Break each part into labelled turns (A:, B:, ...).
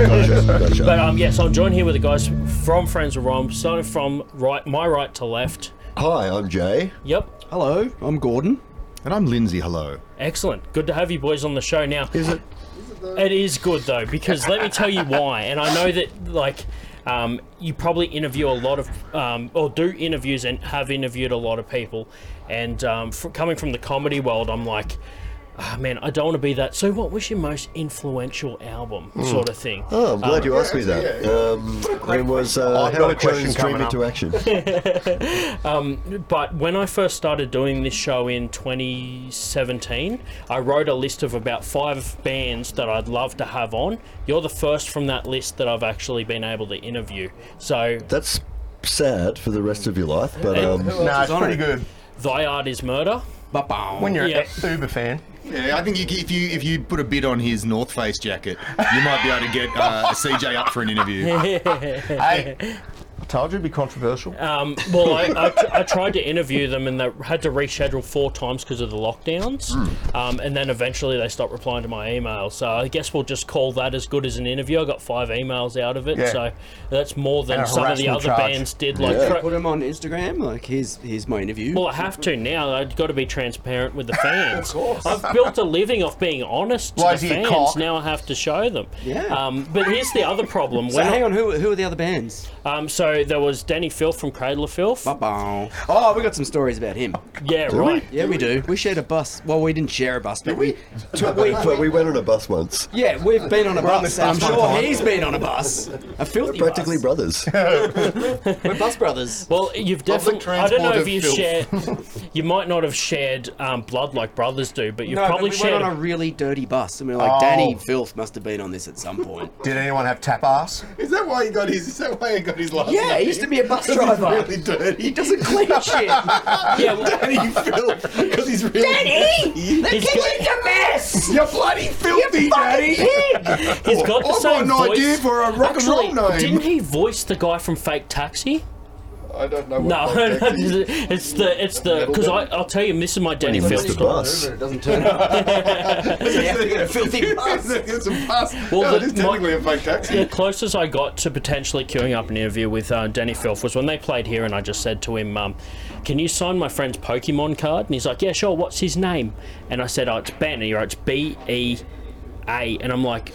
A: Gotcha.
B: But um, yeah, so I'm joined here with the guys from Friends of Rom, starting from right, my right to left.
A: Hi, I'm Jay.
B: Yep,
C: Hello, I'm Gordon.
D: And I'm Lindsay, hello.
B: excellent. Good to have you boys on the show. Now
A: Is it?
B: it is good though because let me tell you why. And I know that like. Um, you probably interview a lot of, um, or do interviews and have interviewed a lot of people. And um, fr coming from the comedy world, I'm like, ah man, I don't want to be that. So, what was your most influential album, sort of thing?
A: Oh, I'm glad you asked me that. Um, it was uh,
E: I've got a
A: Howard
E: question
A: Jones' Dream
E: coming up.
A: into Action.
B: But when I first started doing this show in 2017, I wrote a list of about five bands that I'd love to have on. You're the first from that list that I've actually been able to interview. So,
A: That's sad for the rest of your life, but um,
E: Nah,
C: is
E: it's
C: on
E: pretty
C: it?
E: good.
B: Thy Art is Murder.
C: Ba-bow.
E: When you're
B: Yeah.
E: an Uber fan,
D: Yeah, I think you, if you if you put a bid on his North Face jacket, you might be able to get uh, CJ up for an interview.
E: hey, I told you it'd be controversial.
B: Um, well, I, I, I tried to interview them and they had to reschedule four times because of the lockdowns. Um, and then eventually they stopped replying to my email. So I guess we'll just call that as good as an interview. I got five emails out of it.
E: Yeah.
B: So that's more than
E: And a
B: some of the
E: harassment
B: other
E: charge.
B: bands did. Like,
A: Yeah.
B: Cra-
C: Put him on Instagram. Like, here's here's my interview.
B: Well, I have to now. I've got to be transparent with the fans. of course. I've built a living off being honest to
E: Why
B: the
E: is he a
B: fans.
E: cock?
B: Now I have to show them.
C: Yeah.
B: Um, but here's the other problem.
C: so
B: When I-
C: hang on, who who are the other bands?
B: Um, so there was Danny Filth from Cradle of Filth.
C: Ba-bow. Oh, we got some stories about him.
B: Yeah, right.
C: Yeah, we do. We shared a bus. Well, we didn't share a bus, but we.
A: but we, but we went on a bus once.
C: Yeah, we've been on a
E: on
C: bus,
E: this
C: and I'm
E: bus one
C: sure
E: time.
C: he's been on a bus. A filthy
A: Practically
C: bus.
A: brothers.
C: We're bus brothers.
B: Well, you've definitely. I don't know
D: transport
B: if
D: of
B: you shared. you might not have shared um, blood like brothers do, but you've
C: no,
B: probably
C: but we
B: shared.
C: went on a really dirty bus, and we were like,
E: Oh.
C: Danny Filth must have been on this at some point.
E: Did anyone have tap ass?
D: is that why he got his? Is that why he got his last?
C: yeah, he used to be a bus driver.
D: really dirty.
C: He doesn't clean shit.
B: yeah, well,
D: Danny Filth, because he's really Danny!
B: he's got,
C: a mess.
D: You're bloody filthy, Danny!
B: he's got the
D: I've
B: same
D: got an
B: voice.
D: idea for a rock
B: Actually,
D: and roll name.
B: didn't he voice the guy from Fake Taxi?
D: I don't know. What
B: No, it's the it's the because I I'll tell you, this is my Danny Field
A: missed the
B: story.
A: bus.
C: It doesn't turn up. Yeah, we got a filthy bus.
D: it's a bus.
B: Well,
D: no,
B: the-
D: it is technically
B: my-
D: a fake taxi.
B: The closest I got to potentially queuing up an interview with uh, Danny Filth was when they played here, and I just said to him, um, "Can you sign my friend's Pokemon card?" And he's like, "Yeah, sure. What's his name?" And I said, "Oh, it's Ben." And he writes B E A, and I'm like,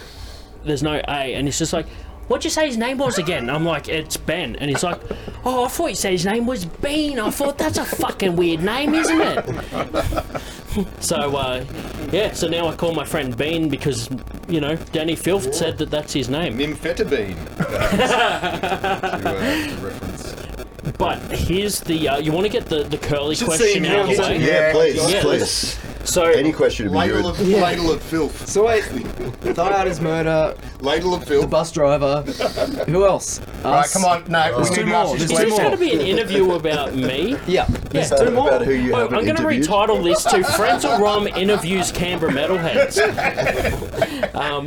B: "There's no A," and he's just like. What'd you say his name was again? And I'm like, it's Ben. And he's like, oh, I thought you said his name was Bean. I thought that's a fucking weird name, isn't it? So uh, yeah, so now I call my friend Bean because you know Danny Filth said that that's his name.
D: Amphetamine. to, uh, to reference.
B: But here's the uh, you want to get the the curly question
D: see
B: out of the
D: now,
B: way.
A: Yeah, please,
B: Yeah,
A: please.
B: So
A: Any question would be
D: Ladle of,
A: good.
D: ladle of filth.
C: So wait, Thy Art is Murder,
D: Ladle of
C: the
D: filth.
C: bus driver. Who else?
E: Right,
C: Us.
E: come on, no, we
C: two
E: need to
C: more,
E: ask
C: there's
E: this
B: is this
C: more.
B: going to
E: question.
B: be an interview about me?
C: Yeah.
B: Yeah.
A: About, about who you
B: Oh,
A: have
B: I'm going to retitle this to Friends of Rom interviews Canberra metalheads.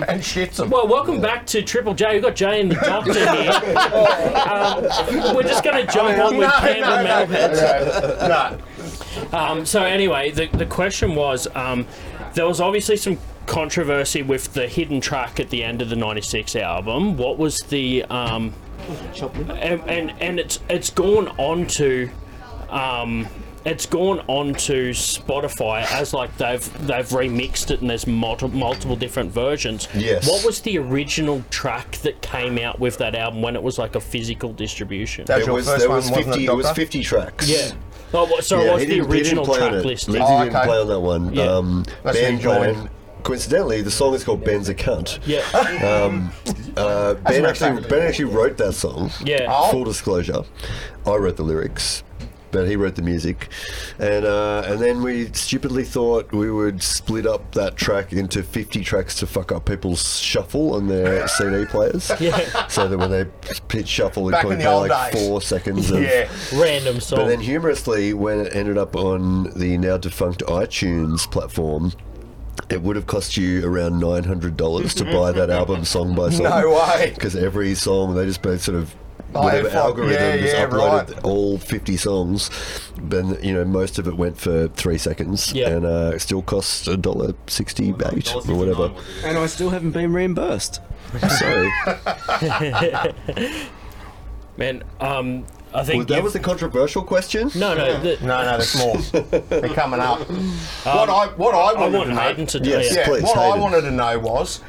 E: And shits them.
B: Well, welcome back to Triple J. We've got Jay and the Doctor here. Um, we're just going to jump
A: Oh,
B: on with Canberra metalheads.
E: no,
B: Um, so anyway, the, the question was, um, there was obviously some controversy with the hidden track at the end of the '96 album. What was the um, and, and and it's it's gone on to. Um, it's gone on to Spotify as like they've they've remixed it and there's multiple multiple different versions.
A: Yes.
B: What was the original track that came out with that album when it was like a physical distribution?
E: That-
A: There
E: Your
A: was,
E: first
A: there
E: one,
A: was
E: wasn't it,
A: 50, it was
E: Doctor?
A: 50 tracks.
B: yeah. Oh, what- so
A: Yeah,
B: what's
A: he
B: the
A: didn't- he didn't
B: original
A: play on
B: track
A: it.
B: list?
A: Lindsay
E: Oh,
A: didn't
E: okay.
A: play on that one.
B: Yeah.
A: Um,
E: That's
A: ben
E: who joined.
A: John. Coincidentally, the song is called Ben's a Cunt.
B: Yeah.
A: Um, uh, ben, actually, ben actually wrote that song.
B: Yeah.
A: Full disclosure, I wrote the lyrics, but he wrote the music, and uh, and then we stupidly thought we would split up that track into fifty tracks to fuck up people's shuffle on their CD players.
B: Yeah.
A: So that when they hit shuffle, it'd
E: Back
A: probably
E: in
A: be
E: the old
A: like
E: days.
A: four seconds of
E: yeah.
B: Random song.
A: but then humorously, when it ended up on the now defunct iTunes platform, it would have cost you around nine hundred dollars to buy that album song by song.
E: No way.
A: Because every song they just both sort of whatever
E: fuck,
A: algorithms
E: yeah, yeah,
A: uploaded
E: right.
A: all 50 songs, then you know most of it went for three seconds,
B: Yeah.
A: and uh, it still costs a dollar sixty-eight or whatever.
F: And I still haven't been reimbursed.
A: So
B: Man, um, I think
A: well, that
B: you've-
A: was a controversial question.
B: no, no. The,
E: No, no, there's more. They're coming up. what I what I
B: I
E: wanted
B: want
E: to
B: Hayden
E: know,
B: to uh, do
A: Oh, Yes,
B: yeah.
A: please.
E: what I
A: Hayden.
E: wanted to know was,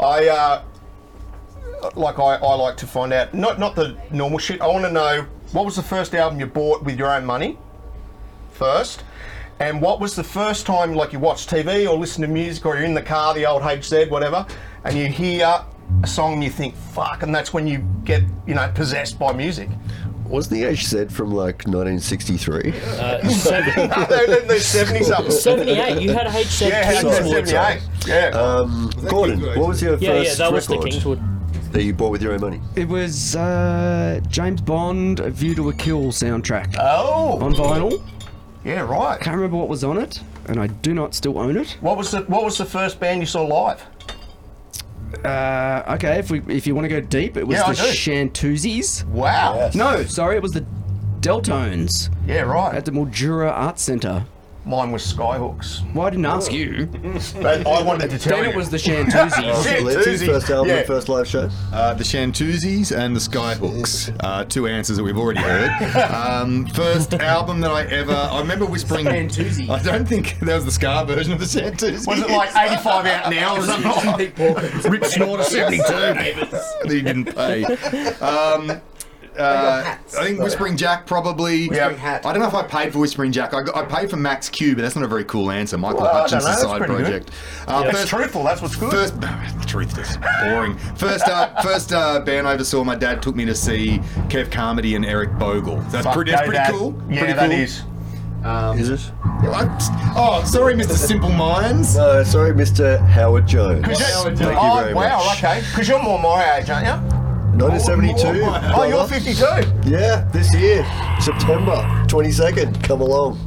E: I uh, like I, I like to find out not not the normal shit. I want to know what was the first album you bought with your own money, first, and what was the first time like you watched TV or listened to music or you're in the car, the old HZ, whatever, and you hear a song and you think fuck, and that's when you get you know possessed by music.
A: Wasn't the HZ from like 1963?
B: Uh, seven-
E: no, they're, they're 70 something.
B: 78, you had a HZ
E: Yeah,
B: Kingswood. Yeah,
E: 78. Yeah.
A: Um, Gordon,
D: Kingswood?
A: what was your
B: yeah,
A: first
B: that was the
A: record
B: Kingswood.
A: that you bought with your own money?
F: It was uh, James Bond, A View to a Kill soundtrack
E: oh.
F: on vinyl.
E: Yeah, right.
F: Can't remember what was on it, and I do not still own it.
E: What was the What was the first band you saw live?
F: Uh, okay, if we if you want to go deep, it was
E: Yeah, I
F: the
E: do.
F: Shantuzies.
E: Wow.
F: No, sorry, it was the Deltones
E: Yeah, right.
F: at the Mildura Arts Centre.
E: Mine was Skyhooks.
F: Well, I didn't
E: Oh.
F: ask you.
E: But I wanted to tell
F: Then
E: you.
F: it was the Shantuzies.
E: Shit,
A: Letty's
E: Tuzi.
A: first album,
E: Yeah.
A: and first live show.
D: Uh, the Shantuzies and the Skyhooks. Uh, two answers that we've already heard. Um, first album that I ever. I remember whispering.
F: Shantuzies.
D: I don't think that was the Scar version of the Shantuzies.
E: Was it like 85 out now or something?
D: Rip Snorter 72? that he didn't pay. Um, uh, I think Whispering Jack probably.
E: Whispering Hat.
D: I don't know if I paid for Whispering Jack. I, got, I paid for Max Q, but that's not a very cool answer. Michael
E: Well, I don't know,
D: Hutchins'
E: that's
D: side
E: pretty good.
D: project. Uh,
E: That's truthful. That's what's good.
D: First, the truth is boring. First, uh, first uh, band I ever saw, my dad took me to see Kev Carmody and Eric Bogle. That's
E: Fuck,
D: pretty. That's
E: go
D: pretty
E: Dad.
D: cool.
E: Yeah,
D: pretty
E: that
D: cool.
E: is.
A: Is it?
D: Yeah, I- oh, sorry, Mr. Simple Minds.
A: No, sorry, Mr. Howard Jones.
E: Is that-
A: Thank you
E: oh,
A: very
E: wow,
A: much.
E: okay. Because you're more my age, aren't you?
A: 1972.
E: Oh, you're
A: brother.
E: 52. That's
A: Yeah, this year, September 22nd. Come along.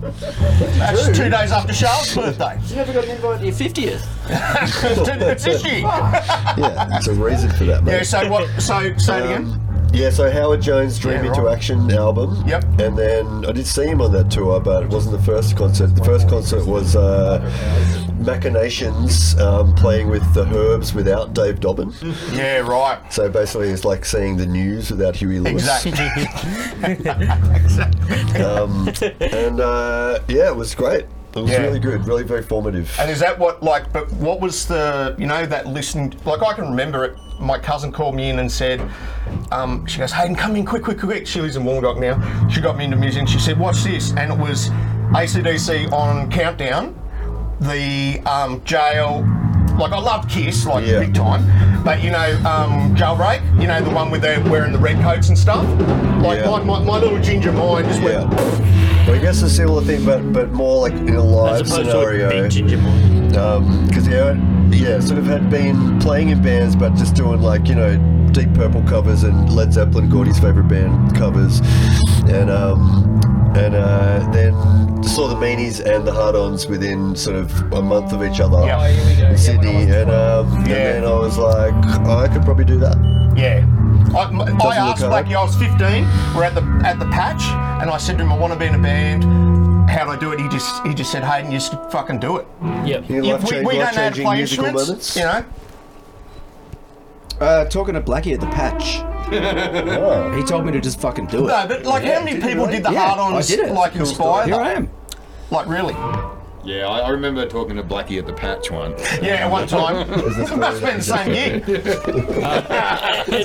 E: two days after Charles' birthday.
F: You never got an invite to your 50th.
E: it's this year.
A: Yeah, there's a reason for that, mate.
E: Yeah, so what? So, say it again.
A: Um, yeah, so Howard Jones' Dream
E: Yeah,
A: Into
E: right.
A: Action album.
E: Yep.
A: And then I did see him on that tour, but it wasn't the first concert. The first concert was uh, Machinations um, playing with the Herbs without Dave Dobbin.
E: Mm. Yeah, right.
A: So basically, it's like seeing the news without Huey Lewis.
E: Exactly.
A: And uh, yeah, it was great. It was
E: Yeah.
A: really good, really very formative.
E: And is that what like? But what was the you know that listened? Like I can remember it. My cousin called me in and said, um, she goes, Hayden, come in quick, quick, quick. She lives in Wollongong now. She got me into music. and She said, watch this, and it was ACDC on Countdown, the um, jail. Like I loved Kiss, like
A: Yeah.
E: big time. But you know, um, jailbreak. You know the one with the wearing the red coats and stuff. Like
A: Yeah.
E: my, my, my little ginger mind just
A: Yeah.
E: went.
A: Well, I guess a similar thing, but but more like in a
B: As
A: live
B: opposed to a
A: scenario. um,
B: big ginger boy.
A: Because yeah, yeah, sort of had been playing in bands, but just doing like you know Deep Purple covers and Led Zeppelin, Gordy's favorite band covers, and um, and uh, then saw the Meanies and the Hard Ons within sort of a month of each other.
E: Yeah. Oh,
A: in Sydney, and um, and
E: Yeah.
A: then I was like, "Oh, I could probably do that.
E: Yeah. I, m- I asked
A: look
E: Blackie, I was 15, we're at the at the patch, and I said to him, I want to be in a band. How do I do it? He just he just said, Hayden, just fucking do it.
B: Yep.
A: You know,
E: If we,
A: life-changing-
E: we don't know how to
A: life-changing
E: play
A: musical
E: instruments,
A: moments.
E: you know.
F: Uh, talking to Blackie at the patch. He told me to just fucking do it.
E: No, but like, how many people did the
F: Yeah,
E: hard ons
F: I did it.
E: like inspire?
F: Here
E: them?
F: I am.
E: Like really?
D: Yeah, I, I remember talking to Blackie at the Patch one.
E: Yeah, one time. it must have been the same gig.
B: It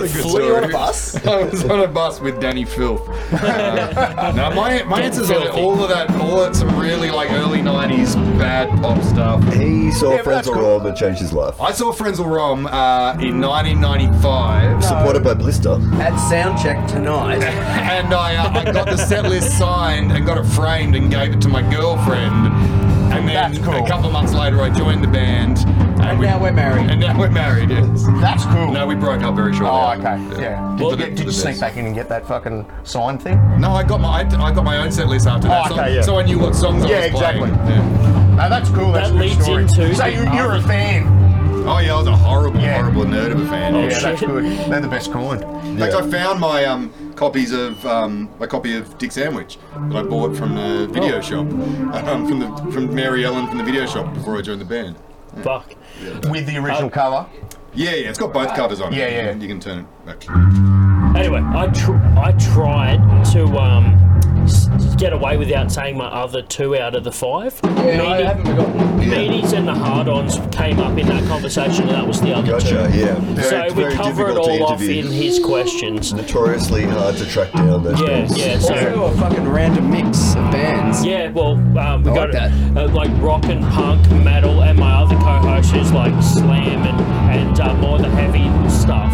D: Good
B: flew
D: story. I was on a bus with Danny Filth. Uh, no, my, my answers on
B: filthy.
D: all of that, all that some really like early 90s bad pop stuff.
A: He saw
E: Yeah, but
A: Friends
E: that's
A: on
E: cool.
A: Rome and changed his life.
D: I saw Frenzel Rom uh, in 1995.
A: Supported by Blister.
F: At soundcheck tonight.
D: and I, uh, I got the set list signed and got it framed and gave it to my girlfriend. And then
E: That's cool.
D: a couple of months later, I joined the band. And, we,
F: now we're married.
D: And now we're married. Yes.
E: That's cool.
D: No, we broke up very shortly.
E: oh,
D: after.
E: okay. Yeah. Did
D: Well,
E: you, get,
D: the-
E: did you
D: the
E: sneak
D: best.
E: back in and get that fucking sign thing?
D: No, I got my I, I got my own set list after that.
E: Oh,
D: so,
E: okay, yeah.
D: so I knew what songs
E: Yeah,
D: I was
E: exactly.
D: playing. Yeah.
E: No, that's cool. That's
B: That
E: a good
B: leads
E: story.
B: into
E: so you,
B: the
E: you're a
B: army.
E: fan.
D: Oh yeah, I was a horrible, horrible nerd of a fan.
E: Yeah,
D: yeah.
E: that's good. They're the best kind.
D: In fact, I found my um, copies of um, my copy of Dick Sandwich that I bought from the video shop, um, from the from Mary Ellen from the video shop before I joined the band.
B: Fuck.
E: With the original cover.
D: Yeah, yeah, it's got both covers on
E: Yeah,
D: it.
E: yeah.
D: You can turn it back.
B: Anyway, I tr- I tried to um, s- get away without saying my other two out of the five.
C: Yeah, I haven't forgotten.
B: Meaties and the hard-ons came up in that conversation, and that was the other
A: Gotcha.
B: two.
A: Yeah.
B: So
A: Very,
B: we
A: very
B: cover it
A: difficult to
B: all off in
A: interview.
B: his questions.
A: Notoriously hard to track down those
B: Yeah,
A: bands.
B: yeah.
F: Also
B: So
F: a fucking random mix of bands.
B: yeah, well, um, we
F: I
B: got
F: like that.
B: Uh, like rock and punk, metal, and my other co-host is like slam and and uh, more the heavy stuff.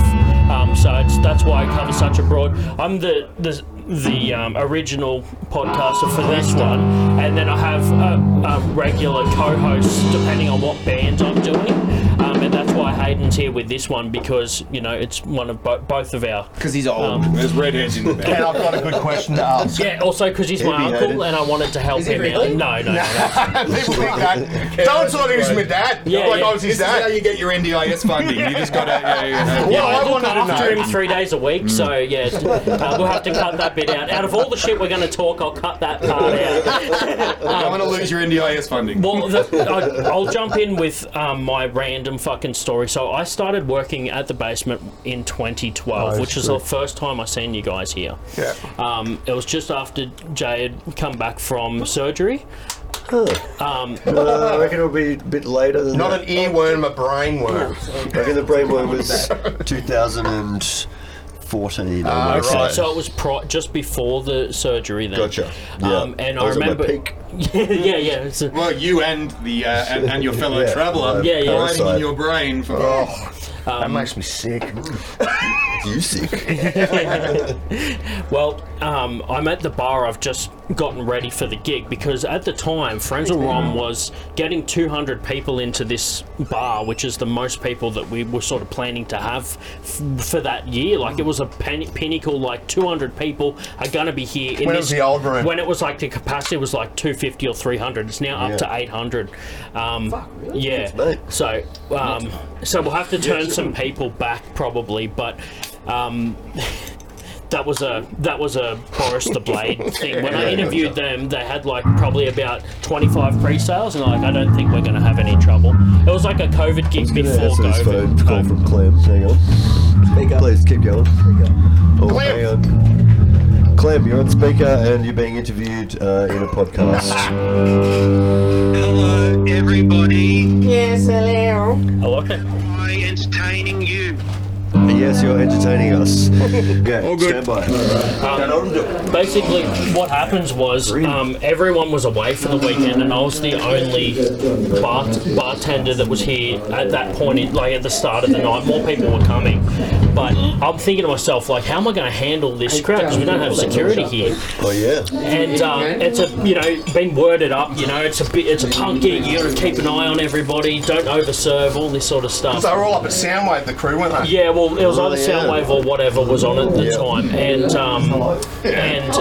B: Um, so it's, that's why I cover such a broad. I'm the the the um, original podcaster for this one, and then I have a, a regular co-host depending on what band I'm doing. Um, and that's why Hayden's here with this one because you know it's one of bo- both of our
C: Because he's old.
D: There's redheads in the back.
E: And I've got a good question to ask.
B: Yeah, also because he's my
A: Heavy
B: uncle
A: headed.
B: and I wanted to help
C: Is he
B: him
C: really?
B: out. No, no, no. no.
E: People think that. Don't sort of use my dad.
B: Yeah,
E: like
B: yeah.
E: I was his
D: This is how
E: dad.
D: you get your NDIS funding. You just gotta. Yeah, yeah,
B: Yeah,
D: yeah.
E: Well, I
B: I look
E: wanted to
B: after
E: know.
B: him three days a week, so
A: Mm.
B: yeah, uh, we'll have to cut that bit out. Out of all the shit we're going to talk, I'll cut that part out.
D: I want to lose your NDIS funding.
B: Well, the, I, I'll jump in with um, my random fucking story. So I started working at the basement in 2012, which is the first time I seen you guys here.
E: Oh, Yeah.
B: Um, it was just after Jay had come back from surgery.
A: Uh, I reckon it'll be a bit later than
E: Not
A: that.
E: an earworm, a brainworm.
A: I reckon the brainworm was 2014. I
E: Ah,
A: would say.
E: right.
B: So it was pro- just before the surgery then.
A: Gotcha. Yeah.
B: Um, and
A: I
B: I
A: was at my
B: remember.
A: peak.
B: yeah, yeah. it's a-
D: Well, you and the uh, and, and your fellow
A: Yeah.
D: traveller
B: Yeah, yeah.
D: hiding in your brain for. Oh,
E: that makes me sick.
A: You sick?
B: well, um, I'm at the bar. I've just gotten ready for the gig because at the time, Friends of Rom was getting 200 people into this bar, which is the most people that we were sort of planning to have f- for that year. Like it was a pin- pinnacle. Like 200 people are going to be here. In
E: When it
B: this-
E: was the old room.
B: When it was like the capacity was like 250 or 300. It's now up
A: Yeah.
B: to 800. Um, Yeah.
A: mate.
B: So, um, so we'll have to turn some people back probably, but. Um, that was a that was a Boris the Blade thing. When I interviewed them, they had like probably about 25 pre-sales, and like I don't think we're going to have any trouble. It was like a COVID gig
A: Yeah,
B: before
A: that's his phone
B: COVID. Um,
A: call from Clem. Hang on.
C: Speak up.
A: Please keep going. Oh,
E: Clem.
A: hang on. Clem, you're on speaker and you're being interviewed uh, in a podcast.
G: Hello, everybody.
H: Yes, hello.
B: Hello?
G: Am I entertaining you?
A: yes, you're entertaining us. Yeah, stand by.
B: basically what happens was um, everyone was away for the weekend and I was the only bar- bartender that was here at that point in, like at the start of the night more people were coming but I'm thinking to myself like how am I going to handle this crowd because we don't have security here
A: Oh, yeah.
B: and um, it's a you know been worded up you know it's a bit it's a punk gig you gotta keep an eye on everybody don't overserve all this sort of stuff
E: So they were all up at Soundwave, the crew, weren't they?
B: yeah, well, it was either
A: yeah.
B: Soundwave or whatever was on at the
A: Yeah.
B: time, and um, and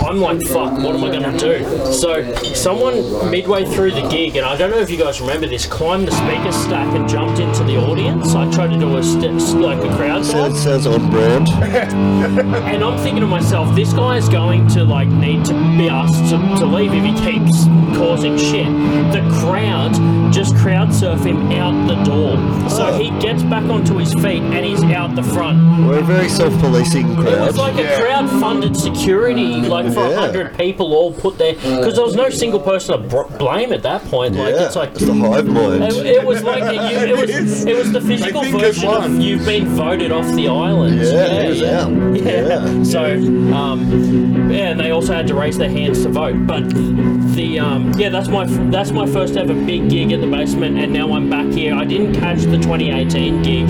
B: I'm like, fuck, what am I gonna do? So someone midway through the gig, and I don't know if you guys remember this, climbed the speaker stack and jumped into the audience. I tried to do a st- like a crowd
A: That
B: dive,
A: sounds on brand.
B: and I'm thinking to myself, this guy is going to like need to be asked to, to leave if he keeps causing shit. The crowd just crowd surf him out the door, so he gets back onto his feet and he's out the front.
A: We're a very self policing
B: It was
A: crowd.
B: like a crowd-funded security, like for a
A: Yeah.
B: hundred people all put there, because there was no single person to br- blame at that point. Like
A: yeah,
B: it's like
A: the hive
B: it,
A: mind.
B: it was like the, you, it was it was the physical
D: think it
B: version of
D: won.
B: you've been voted off the island.
A: Yeah, it was out. Yeah.
B: So um, yeah, and they also had to raise their hands to vote. But the um, yeah, that's my that's my first ever big gig at the basement, and now I'm back here. I didn't catch the 2018 gig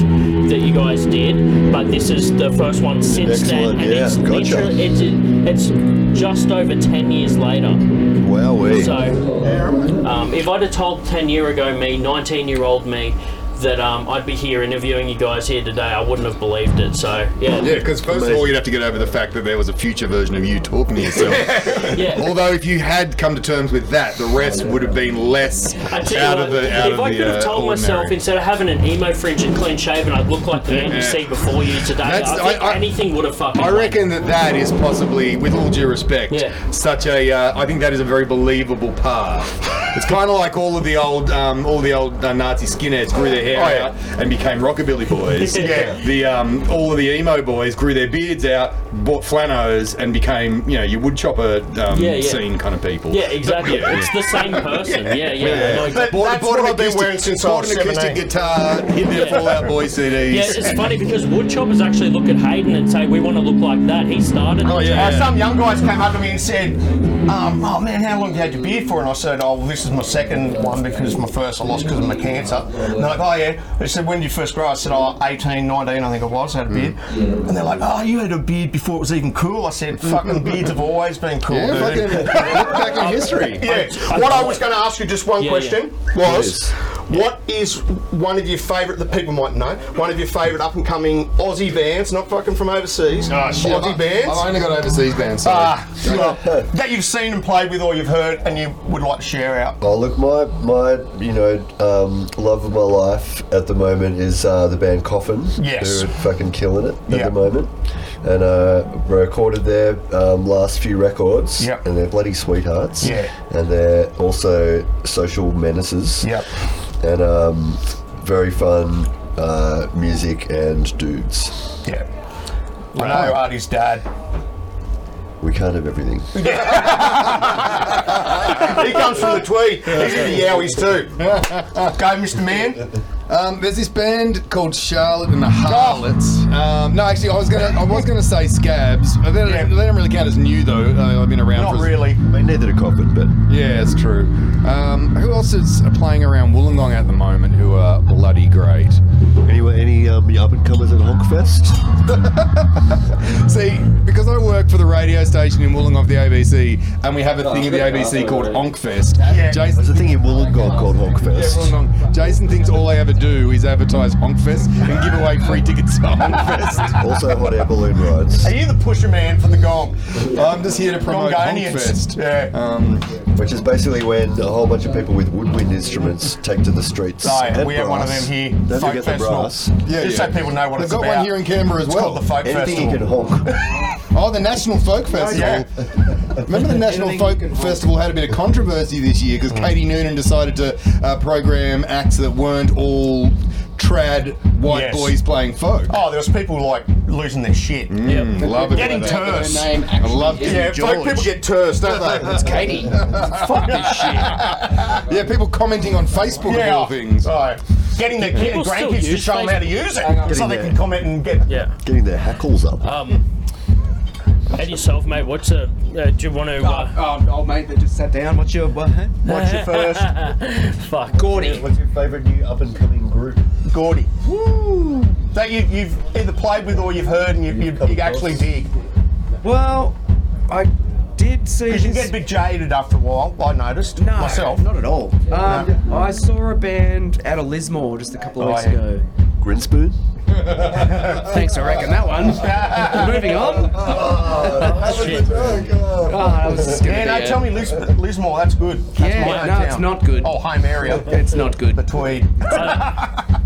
B: that you guys did, but this is the first one since
A: Excellent,
B: then, and
A: yeah,
B: it's,
A: gotcha.
B: literally- it's it's just over 10 years later.
A: Wowee.
B: So, um, if I'd have told 10 year ago me, 19 year old me, that um, I'd be here interviewing you guys here today, I wouldn't have believed it. So yeah,
D: Yeah, because first of all, you'd have to get over the fact that there was a future version of you talking to yourself.
B: Yeah.
D: Although, if you had come to terms with that, the rest would have been less
B: I
D: out
B: tell you
D: of
B: what,
D: the out
B: if
D: of
B: I
D: the,
B: could have
D: uh,
B: told
D: ordinary.
B: myself instead of having an emo fringe and clean shaven, I'd look like the man you
D: Yeah.
B: see before you today,
D: That's-
B: I think
D: I- I-
B: anything would have fucking.
D: I
B: worked.
D: reckon that that is possibly, with all due respect,
B: Yeah.
D: such a. Uh, I think that is a very believable path. it's kind of like all of the old, um, all the old uh, Nazi skinheads grew their hair
E: Oh, yeah.
D: out and became rockabilly boys.
B: Yeah.
D: The um, all of the emo boys grew their beards out, bought flannos, and became you know your woodchopper um,
B: Yeah, yeah.
D: scene kind of people.
B: Yeah, exactly.
D: Yeah.
B: It's the same person. Yeah, yeah.
D: Yeah.
B: Like,
E: But- That's what I've been wearing since I
D: bought
E: was
D: an acoustic
E: 17.
D: guitar in their
B: Yeah.
D: Fall Out Boy CDs.
B: yeah, it's funny because woodchoppers actually look at Hayden and say, "We want to look like that." He started.
D: Oh,
B: it.
D: yeah.
E: Uh, some young guys came up to me and said, um, "Oh man, how long have you had your beard for?" And I said, "Oh, well, this is my second one because my first I lost because of my cancer." And they're like, "Oh yeah." They said, "When did you first grow?" I said, "Oh, 18, 19, I think I was. I had a beard." And they're like, "Oh, you had a beard before it was even cool." I said, "Fucking beards have always been cool,
D: Yeah,
E: dude."
D: fucking look back in history.
E: Yeah.
B: I-
E: what I was going to ask you just one
B: Yeah,
E: question was, what is one of your favourite that people might know? One of your favourite up and coming Aussie bands, not fucking from overseas. Aussie bands.
D: Ah, I've only got overseas bands. So.
E: Ah, well, that you've seen and played with or you've heard and you would like to share out.
A: Oh look, my my you know um, love of my life at the moment is uh, the band Coffin.
E: Yes.
A: they're fucking killing it at
E: Yeah.
A: the moment, and uh, recorded their um, last few records.
E: Yep.
A: and they're bloody sweethearts.
E: Yeah.
A: and they're also social menaces.
E: Yep.
A: and um, very fun uh, music and dudes.
E: Yeah. I know Artie's dad.
A: We can't have everything.
E: He comes from the Tweed. He's in the Yowies too. Go, Mr. Man.
D: Um, there's this band called Charlotte
E: Oh.
D: and the Harlots. Um, no, actually, I was gonna, I was gonna say Scabs. but They don't,
E: Yeah.
D: they don't really count as new though. Uh, I've been around.
E: Not
D: for
E: really.
A: I mean, neither do Coffin, but
D: Yeah, it's true. Um, who else is playing around Wollongong at the moment? Who are bloody great.
A: anyway, any um, up and comers at Honkfest?
D: See, because I work for the radio station in Wollongong of the ABC, and we have a thing at the ABC called Onkfest. Jason,
A: There's a thing in Wollongong called Honkfest.
D: Yeah, Wollongong. Jason thinks all I ever do is advertise Honkfest and give away free tickets to Honkfest.
A: also, hot air balloon rides.
E: Are you the pusher man for the gong?
D: I'm just here to promote
E: Gonganians.
D: Honkfest.
E: Yeah.
D: Um,
A: Which is basically when a whole bunch of people with woodwind instruments take to the streets.
E: Oh, yeah,
A: and
E: we have one of them
A: brass.
E: here.
A: Don't
E: Folk
A: forget the
E: Festival.
A: brass.
D: yeah,
E: Just
D: yeah.
E: so people know what
D: They've
E: it's
D: got
E: about.
D: one here in Canberra as
E: It's
D: well.
E: called the Folk
A: Anything you
E: Festival.
A: can honk.
D: Oh, the National Folk Festival.
E: yeah.
D: Remember the National Folk Festival had a bit of controversy this year
E: Mm.
D: because Katie Noonan decided to uh, program acts that weren't all trad white
E: Yes.
D: boys playing folk.
E: Oh, there was people like losing their shit.
D: Mm.
B: Yep.
D: love it.
E: Getting
D: when they-
E: terse.
D: when their name I love
E: Yeah,
D: King George.
E: folk people get terse, don't they? It's
C: Katie.
E: fuck this shit.
D: yeah, people commenting on Facebook of
E: Yeah.
D: all things.
E: Right. Getting the kid,
B: People still
E: grandkids to
B: use
E: show them how to
B: Facebook.
E: use it, so
A: Getting
E: they can
A: there.
E: comment and get.
B: Yeah.
A: Getting their hackles up.
E: Ah,
B: And yourself, mate. What's a? Uh, do you want to? Uh,
F: Oh, old mate that just sat down. What's your what?
E: What's your first?
D: Oh.
B: fuck.
E: Gordy.
A: What's your favourite new up and coming group?
E: Gordy. That you, you've either played with or you've heard and you, you, you actually dig.
F: Well, I did see.
E: Because you
F: this-
E: get a bit jaded after a while, I noticed.
F: No,
E: myself.
F: not at all. Um, I saw a band out of Lismore just a couple of
E: Oh,
F: weeks
E: yeah.
F: ago.
A: Grinspoon?
F: Thanks, I reckon that one. Moving on. Oh, that was just
E: yeah,
F: good.
E: no, tell me Lis- Lismore, that's good. That's
F: Yeah,
E: my
F: no,
E: hometown.
F: it's not good.
E: Oh, home area.
F: It's not
E: The
F: good.
E: Tweed.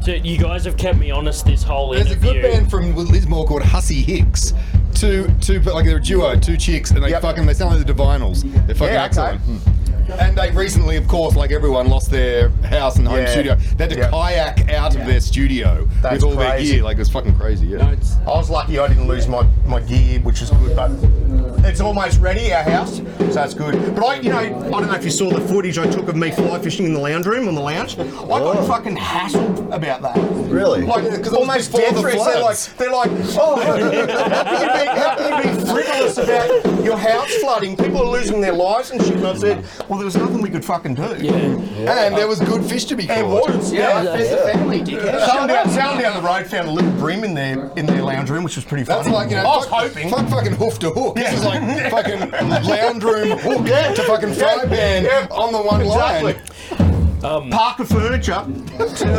B: So you guys have kept me honest this whole
D: There's a
B: interview.
D: good band from Lismore called Hussy Hicks. Two, two, like they're a duo, two chicks, and they
E: Yep.
D: fucking they sound like the Divinals. They're fucking
E: Yeah, okay.
D: excellent. Hmm. And they recently, of course, like everyone, lost their house and home
E: Yeah.
D: studio. They had to
E: Yep.
D: kayak out of their studio
E: That's
D: with all their
E: crazy.
D: gear. Like it was fucking crazy. Yeah.
F: No, it's-
E: I was lucky I didn't lose my, my gear, which is good, but it's almost ready, our house, so that's good. But I, you know, I don't know if you saw the footage I took of me fly fishing in the lounge room on the lounge. I got
A: Oh.
E: fucking hassled about that.
A: Really?
E: Like,
D: 'cause it was
E: almost
D: before
E: death
D: the
E: threats. They're like,
D: floods.
E: they're like, oh, how can, you, how, can you be, how can you be frivolous about your house flooding? People are losing their lives and shit. And I said, well, there was nothing we could fucking do.
D: And there was good fish to be caught.
E: It was,
C: Yeah,
E: yeah.
C: there's a family, dickhead.
E: Someone down, someone down the road found a little brim in their in their lounge room, which was pretty funny.
D: That's like you know,
E: I was
D: fuck,
E: hoping.
D: fuck fucking hoof to hook.
E: Yeah.
D: This is like fucking lounge room hook
E: Yeah.
D: to fucking
E: Yeah.
D: fry band
E: Yeah.
D: on the one
E: Exactly.
D: line.
E: Park of furniture.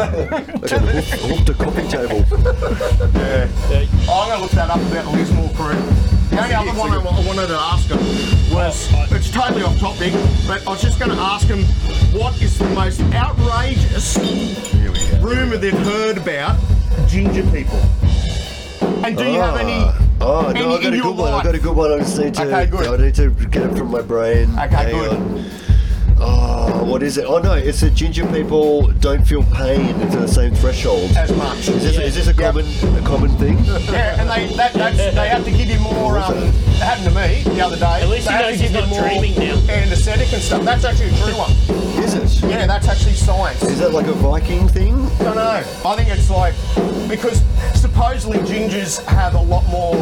A: Hooked a coffee table.
E: Oh, I'm gonna look that up about the Lismore crew. The only other one I wa- I wanted to ask him was it's totally off topic, but I was just gonna ask him what is the most outrageous rumour they've heard about ginger people? And do you have
A: Ah.
E: any
A: Oh,
E: any
A: no, I've
E: in
A: got a
E: your
A: good one. I've
E: life?
A: got a good one. I just need to,
E: Okay, good.
A: I need to get it from my brain.
E: Okay, good.
A: on. Oh, what is it? Oh, no, it's that ginger people don't feel pain to the same threshold.
E: as much?
A: Is this, is this a common a common thing?
E: Yeah, and they that, that's, they have to give you more. Um, it happened to me the other day.
B: At least he
E: they have to
B: knows he's
E: give you
B: not
E: more
B: dreaming now.
E: Anesthetic and stuff. That's actually a true one.
A: Is it?
E: Yeah, that's actually science.
A: Is that like a Viking thing?
E: don't know. I think it's like because supposedly gingers have a lot more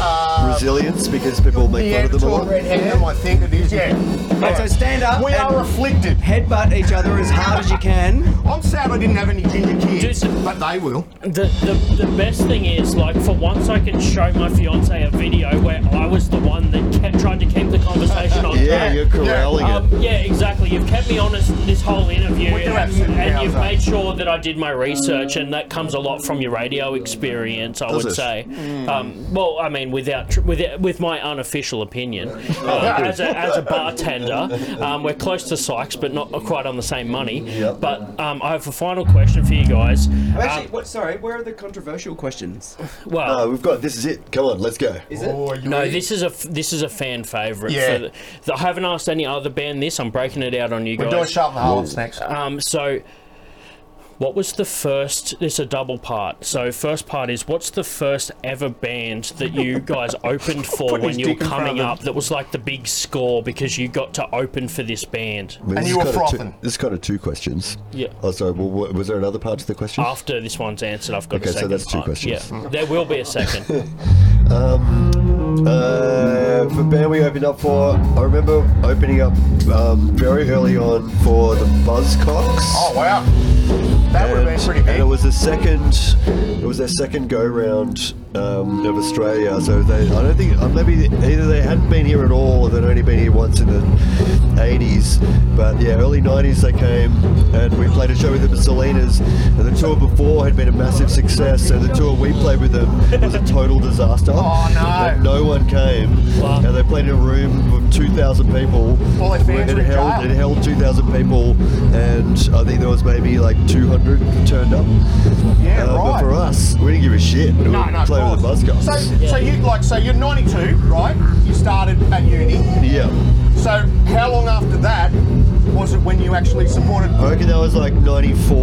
E: uh,
A: Resilience because people make fun of them a
E: Neanderthal
A: lot.
E: red hair. I think it is. Yeah.
F: Right, so stand up
E: We
F: and-
E: are afflicted.
F: Headbutt each other as hard as you can.
E: I'm sad I didn't have any ginger kids,
B: Dude,
E: but they will.
B: The, the, the best thing is, like, for once I can show my fiance a video where I was the one that kept trying to keep the conversation on
A: Yeah,
B: track.
A: you're corralling
B: Um, yeah, exactly. You've kept me honest this whole interview,
E: We do have
B: and,
E: super
B: and
E: powers,
B: you've
E: though.
B: made sure that I did my research, and that comes a lot from your radio experience, I
A: Does
B: would
A: it? Hmm.
B: say. Um, well, I mean, without, tr- without with my unofficial opinion, uh, as, a, as a bartender, um, we're close to Sykes, but not quite on the same money.
A: Yep.
B: But um, I have a final question for you guys.
F: Actually,
B: Um,
F: what, sorry, where are the controversial questions?
B: well,
A: Uh, we've got this. Is it? Come on, let's go.
F: Is it?
B: No, this is a f- this is a fan favorite.
E: Yeah.
B: I haven't asked any other band this. I'm breaking it out on you
E: We're
B: guys.
E: doing sharp halves next.
B: Um, so, what was the first? It's a double part. So, first part is what's the first ever band that you guys opened for
E: Put his
B: when you were
E: dick in front
B: coming
E: of him.
B: up that was like the big score because you got to open for this band
A: I mean,
E: And
A: this
E: you
A: is
E: were
A: kinda two-
E: frothing.
A: This is kind of two questions.
B: Yeah.
A: Oh, sorry. Well, what, was there another part to the question?
B: after this one's answered? I've got
A: Okay,
B: a
A: so
B: second.
A: that's two
B: part.
A: questions.
B: Yeah, there will be a second.
A: Uh, for band we opened up for, I remember opening up um, very early on for the Buzzcocks.
E: oh wow, that would have been pretty
A: and it
E: big.
A: was the second, it was their second go round um, of Australia. So they, I don't think, uh, maybe either they hadn't been here at all, or they'd only been here once in the 80s. But yeah, early 90s they came, and we played a show with them at Salinas. And the tour before had been a massive success, and the tour we played with them was a total disaster.
E: Oh, no.
A: And no one came,
B: Wow.
A: and they played in a room with 2,000 people.
E: All their fans
A: It
E: were in
A: held-
E: jail.
A: it it held 2,000 people, and I think there was maybe like 200 turned up. Uh,
E: Yeah,
A: But
E: right.
A: for us, we didn't give a shit. We
E: No, no, of
A: played with the
E: course.
A: Buzzcocks.
E: So, so you like so you're 92, right? You started at uni.
A: yeah,
E: So how long after that was it when you actually supported?
A: I reckon that was like 94.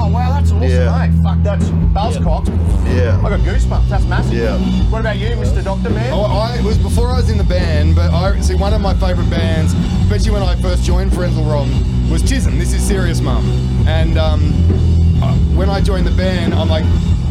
E: Oh wow, that's awesome,
A: Yeah.
E: eh? Fuck, that's Buzzcocks. I
A: Yeah.
E: got goosebumps. That's massive.
A: Yeah.
E: What about you, Mr. Doctor Man?
D: Oh, I, it was before I was in the band, but I see one of my favourite bands, especially when I first joined Forensic Rom, was Chisholm. This is Serious Mum, and um, uh, when I joined the band, I'm like,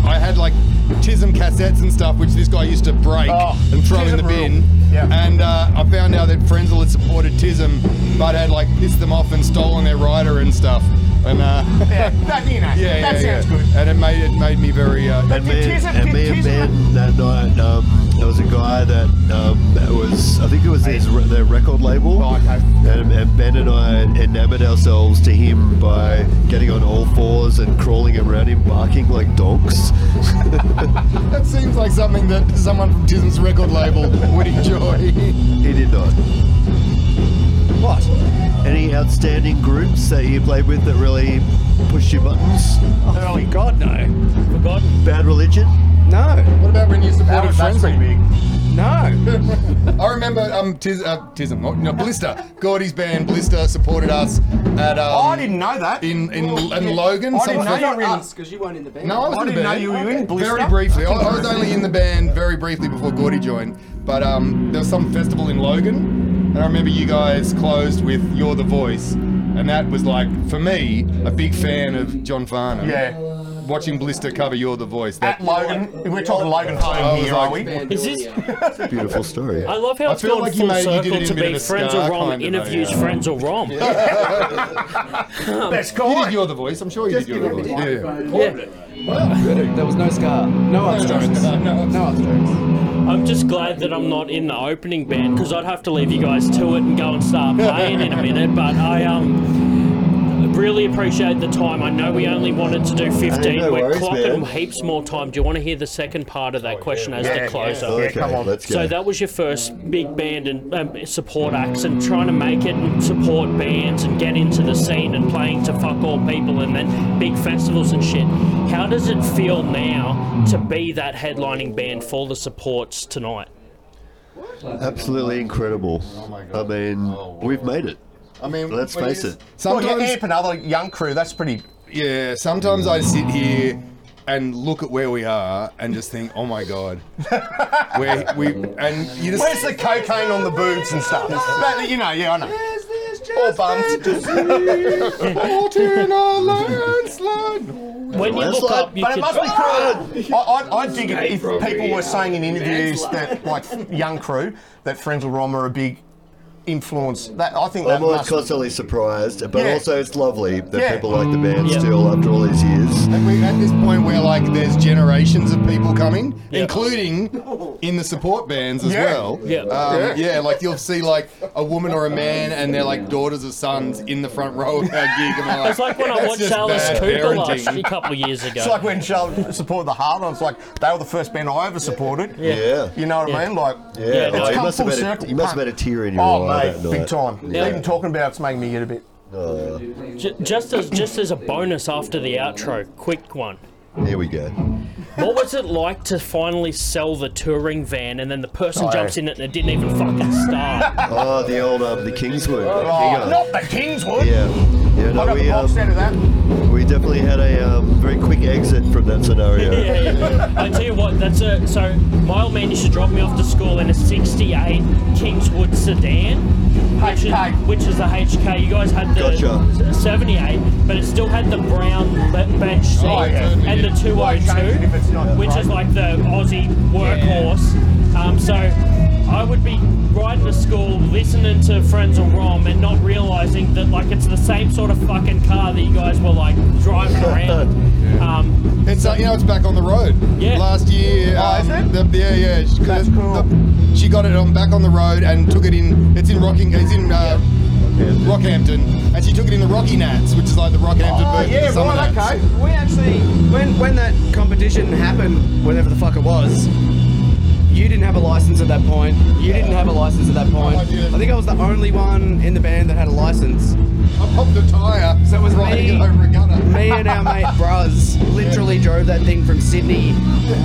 D: I had like Chisholm cassettes and stuff, which this guy used to break
E: Oh,
D: and throw in the
E: Chisholm rule.
D: bin.
E: Yeah.
D: And uh, I found out that Frenzel had supported Chisholm, but had like pissed them off and stolen their rider and stuff. And uh,
E: yeah, that, you know,
D: yeah,
E: that
D: yeah,
E: sounds
D: yeah.
E: good.
D: And it made it made me very. Uh,
E: But did Tism,
A: and
E: did
A: me and
E: Tism-
A: Ben that night, um, there was a guy that, um, that was, I think it was his, re- their record label.
E: Oh, okay.
A: And, and Ben and I enamored ourselves to him by getting on all fours and crawling around him, barking like dogs.
D: That seems like something that someone from Tism's record label would enjoy.
A: He did not. What? Any outstanding groups that you played with that really pushed your buttons?
F: Oh my god, no.
B: Forgotten.
A: Bad Religion?
F: No,
D: what about when you
E: That
D: supported
E: was, that's pretty
D: Frenzel?
E: big.
F: no.
D: I remember um, Tis, uh, Tism, not, no, Blister, Gordy's band Blister supported us at. Um,
E: I didn't know that.
D: In, in, in Logan,
E: I didn't
D: some
E: know
D: festival.
E: you were in-
F: because you weren't in the band.
D: No, I was
E: I
D: in the
E: didn't know
D: band.
E: you were in Blister.
D: Very briefly. I, I was only in the band very briefly before Gordy joined. But um, there was some festival in Logan, and I remember you guys closed with "You're the Voice," and that was like for me a big fan of John Farnham.
E: Yeah.
D: Watching Blister cover "You're the Voice." That,
E: Uh, At Logan, we're talking Logan
D: I
E: home
D: was
E: here,
D: like-
E: are we?
B: Is this?
A: Beautiful story.
B: I love how
D: I
B: it's
D: feel
B: gone
D: like you
B: full
D: made- you did
B: circle
D: it in
B: to
D: a bit
B: be
D: of a
B: friends
D: scar
B: or wrong
D: kind of a, uh,
B: interviews,
D: yeah.
B: friends or wrong.
E: Best
D: you
E: guy.
D: did "You're the Voice." I'm sure you did "You're the Voice." Yeah, yeah.
B: Yeah.
F: There was no scar. No upstrokes.
D: no, no,
F: No upstrokes.
B: I'm just glad that I'm not in the opening band because I'd have to leave you guys to it and go and start playing in a minute. But I um, really appreciate the time. I know we only wanted to do 15.
A: no
B: We're
A: worries,
B: clocking
A: man.
B: heaps more time. Do you want to hear the second part of that question as
E: Oh, Yeah, Oh,
B: the closer?
E: yeah, come on.
A: Let's go.
B: So that was your first big band and um, support acts, and trying to make it and support bands and get into the scene and playing to fuck all people and then big festivals and shit. How does it feel now to be that headlining band for the supports tonight?
A: Absolutely incredible. I mean, we've made it.
D: I mean,
A: Let's
D: when
A: face
D: you-
A: it.
E: Well,
D: Sometimes,
E: yeah, Amp and other young crew, that's pretty.
D: Yeah, sometimes I sit here and look at where we are and just think, oh my god, where we and you just
E: Where's the cocaine on the boobs and stuff? But, you know, yeah, I know. All bummed.
D: Walking on landslide.
B: When you look
A: Landslide,
B: up, you
E: But
B: can.
E: it must be cruel. I, I, I dig it if people were saying in interviews that, like, young crew, that Frenzel Rom are a big influence. That I think that
A: I'm always
E: must.
A: constantly surprised, but
E: Yeah.
A: also it's lovely that
E: Yeah.
A: people like the band
B: Yeah.
A: still after all these years.
D: And we at this point where like there's generations of people coming, including in the support bands as
E: Yeah.
D: well.
B: Yeah.
D: Um, yeah. like you'll see like a woman or a man and they're like daughters or sons in the front row of our gig. And I'm like,
B: It's like when I
D: "That's
B: watched
D: just
B: Alice
D: bad
B: Cooper
D: parenting."
B: last a couple of years ago.
E: It's like when Charles supported the Hard Ons, like, they were the first band I ever supported.
A: Yeah.
E: You know what
B: Yeah.
E: I mean? Like,
A: Yeah,
B: Yeah, no,
A: oh,
E: it's
A: you,
E: come
A: must have
E: full
A: had a,
E: circle,
A: you must have had
E: punk.
A: a tear in your
E: Oh,
A: eye
E: mate,
A: that
E: big
A: night.
E: time.
A: Yeah.
E: Even talking about it's making me get a bit.
B: Ju- just as just as a bonus after the outro, quick one.
A: Here we go.
B: What was it like to finally sell the touring van and then the person jumps in it and it didn't even fucking start?
A: Oh, the old um, the Kingswood.
E: Oh,
A: Hang on.
E: not the Kingswood.
A: Yeah, yeah.
E: I
A: No,
E: got
A: we
E: the box
A: um,
E: out of that.
A: we definitely had a um, very quick exit from that scenario.
B: yeah, yeah. I tell you what, that's a so my old man used to drop me off to school in a '68 Kingswood sedan, which is,
E: HK.
B: which is the HK. You guys had the
A: Gotcha.
B: '78, but it still had the brown le- bench seat
E: yeah.
B: and the
E: Oh, Why change it if it's not
B: 202, which is
E: right?
B: like the Aussie workhorse. Um, so I would be riding to school, listening to Friends of Rom, and not realizing that like it's the same sort of fucking car that you guys were like driving around. Um,
D: It's uh, you know it's back on the road.
B: Yeah.
D: Last year.
E: Oh,
D: uh,
E: is it?
D: the- yeah, yeah. She,
E: That's
D: the-
E: cool.
D: the- she got it on back on the road and took it in. It's in Rocking. It's in uh, Rockhampton, and she took it in the Rocky Nats, which is like the Rockhampton
E: Oh,
D: version
E: yeah,
D: of the Summer
E: right,
D: Nats.
E: okay.
F: We actually, when when that competition happened, whenever the fuck it was, you didn't have a license at that point. You didn't have a license at that point.
D: Oh, I didn't.
F: think I was the only one in the band that had a license.
D: I popped a tire.
F: So it was
D: riding
F: me-
D: it over a gunner.
F: Me and our mate Bruz literally drove that thing from Sydney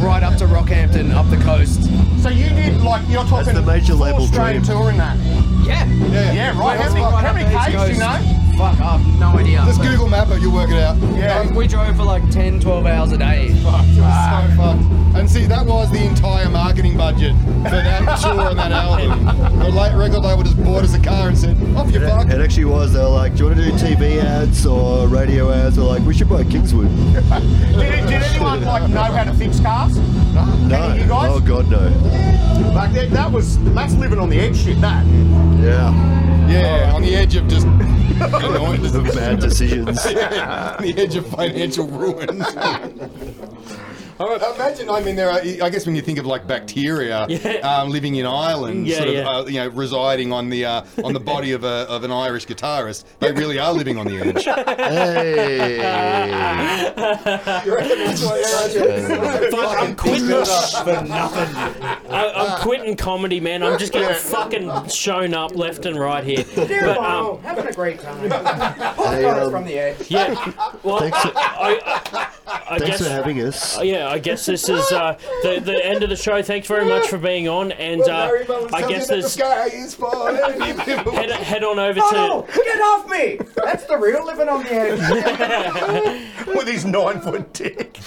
F: right up to Rockhampton, up the coast.
E: So you did like you're talking
A: the major
E: full
A: label
E: Australian
A: dream.
E: tour and that.
F: Yeah.
D: Yeah.
E: Yeah, right. How
F: That was
E: many,
F: right
E: how
F: up
E: many
F: the East
E: Ks do you
F: Coast.
E: know?
F: Fuck, I've no idea.
D: Just
F: but-
D: Google Map it. You'll work it out.
E: Yeah.
F: We drove for like 10, 12 hours a day.
D: Fuck, it was so fucked. And see, that was the entire marketing budget for that tour and that album. The late record label just bought us a car and said, "Off you fuck."
A: It actually was. They were like, "Do you want to do TV ads or radio ads?" They're like, "We should buy Kingswood."
E: Did, did anyone like know how to fix cars?
A: No.
E: you guys?
A: Oh God, no.
E: Like that, that was that's living on the edge shit. That.
A: Yeah.
D: Yeah, on the edge of just annoyance,
A: Bad decisions.
D: on the edge of financial ruin. All right, imagine. I mean, there are. I guess when you think of like bacteria um, living in Ireland,
B: Yeah,
D: sort of,
B: yeah.
D: Uh, you know, residing on the uh, on the body of a of an Irish guitarist, they really are living on the edge.
A: hey.
B: Fuck, I'm quitting I, I'm quitting comedy, man. I'm just getting fucking shown up left and right here. But um,
F: having a great time.
A: Hey, um,
F: from the edge.
B: yeah, well,
A: Thanks for,
B: I, I, I
A: thanks
B: guess. uh,
A: for having us.
B: yeah, I guess this is uh, the the end of the show. Thanks very much for being on, and uh, I guess there's head, head on over to
F: get off me! That's the real living on the edge.
E: With his nine foot dick.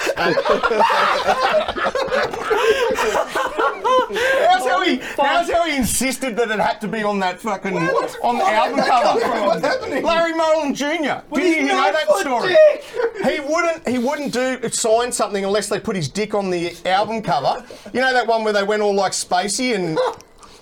E: how's, how he, how's how he insisted that it had to be on that fucking on the album cover?
D: What's happening?
E: Larry Mullen Jr. Did you you know that story? He wouldn't. He wouldn't do sign something unless they put his dick on the album cover. You know that one where they went all like spacey and.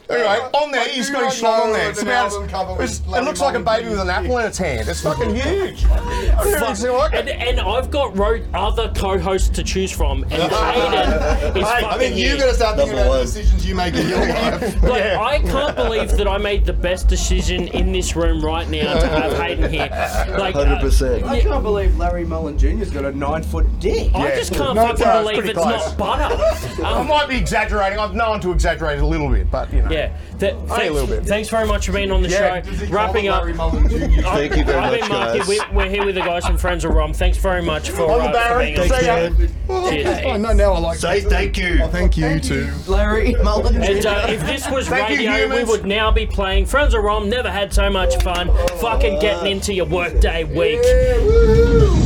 E: Anyway, on there,
D: I
E: he's
D: do
E: got his
D: not
E: schlong on
D: know
E: there.
D: an
E: It's about,
D: album cover with
E: it's- it
D: bloody
E: looks like a
D: Molly
E: baby with an
D: Dick.
E: apple in its hand. It's fucking huge. I don't even see what I
B: And,
E: can-
B: and I've got ro- other co-hosts to choose from, and Hayden is
D: Hey,
B: fucking
D: I think
B: huge.
D: you're going to start thinking
A: Number
D: about
A: one.
D: the decisions you make in your life.
B: Like, I can't believe that I made the best decision in this room right now to have Hayden here. Like, uh,
A: 100%.
F: I can't believe Larry Mullen Jr.'s got a nine foot dick.
B: I
E: Yeah.
B: just can't
E: No,
B: fucking
E: it's all right,
B: believe
E: it's
B: it's not
E: pretty
B: butter.
E: I
B: Um,
E: might be exaggerating. I've known to exaggerate a little bit, but you know.
B: yeah. Th-
E: Only a
B: thanks,
E: little bit.
B: thanks very much for being on the
E: Yeah,
D: Does he
B: show.
D: call
B: Wrapping
D: them
B: up.
D: Larry Mullen Jr.?
A: Thank you very
B: I've
A: much,
B: been Marky.
A: guys.
B: We're, we're here with the guys from Friends of Rom. Thanks very much for,
E: On the
B: uh, for
E: Barry.
B: being on the
E: See ya.
B: show.
D: Oh, I know now I like
A: Say thank you.
D: Oh, thank you too.
F: Larry Mullen Jr.
B: And uh, if this was
E: Thank you,
B: radio, we
E: humans.
B: would now be playing Friends of Rom. Never had so much fun. Fucking getting into your workday week.
A: Woohoo!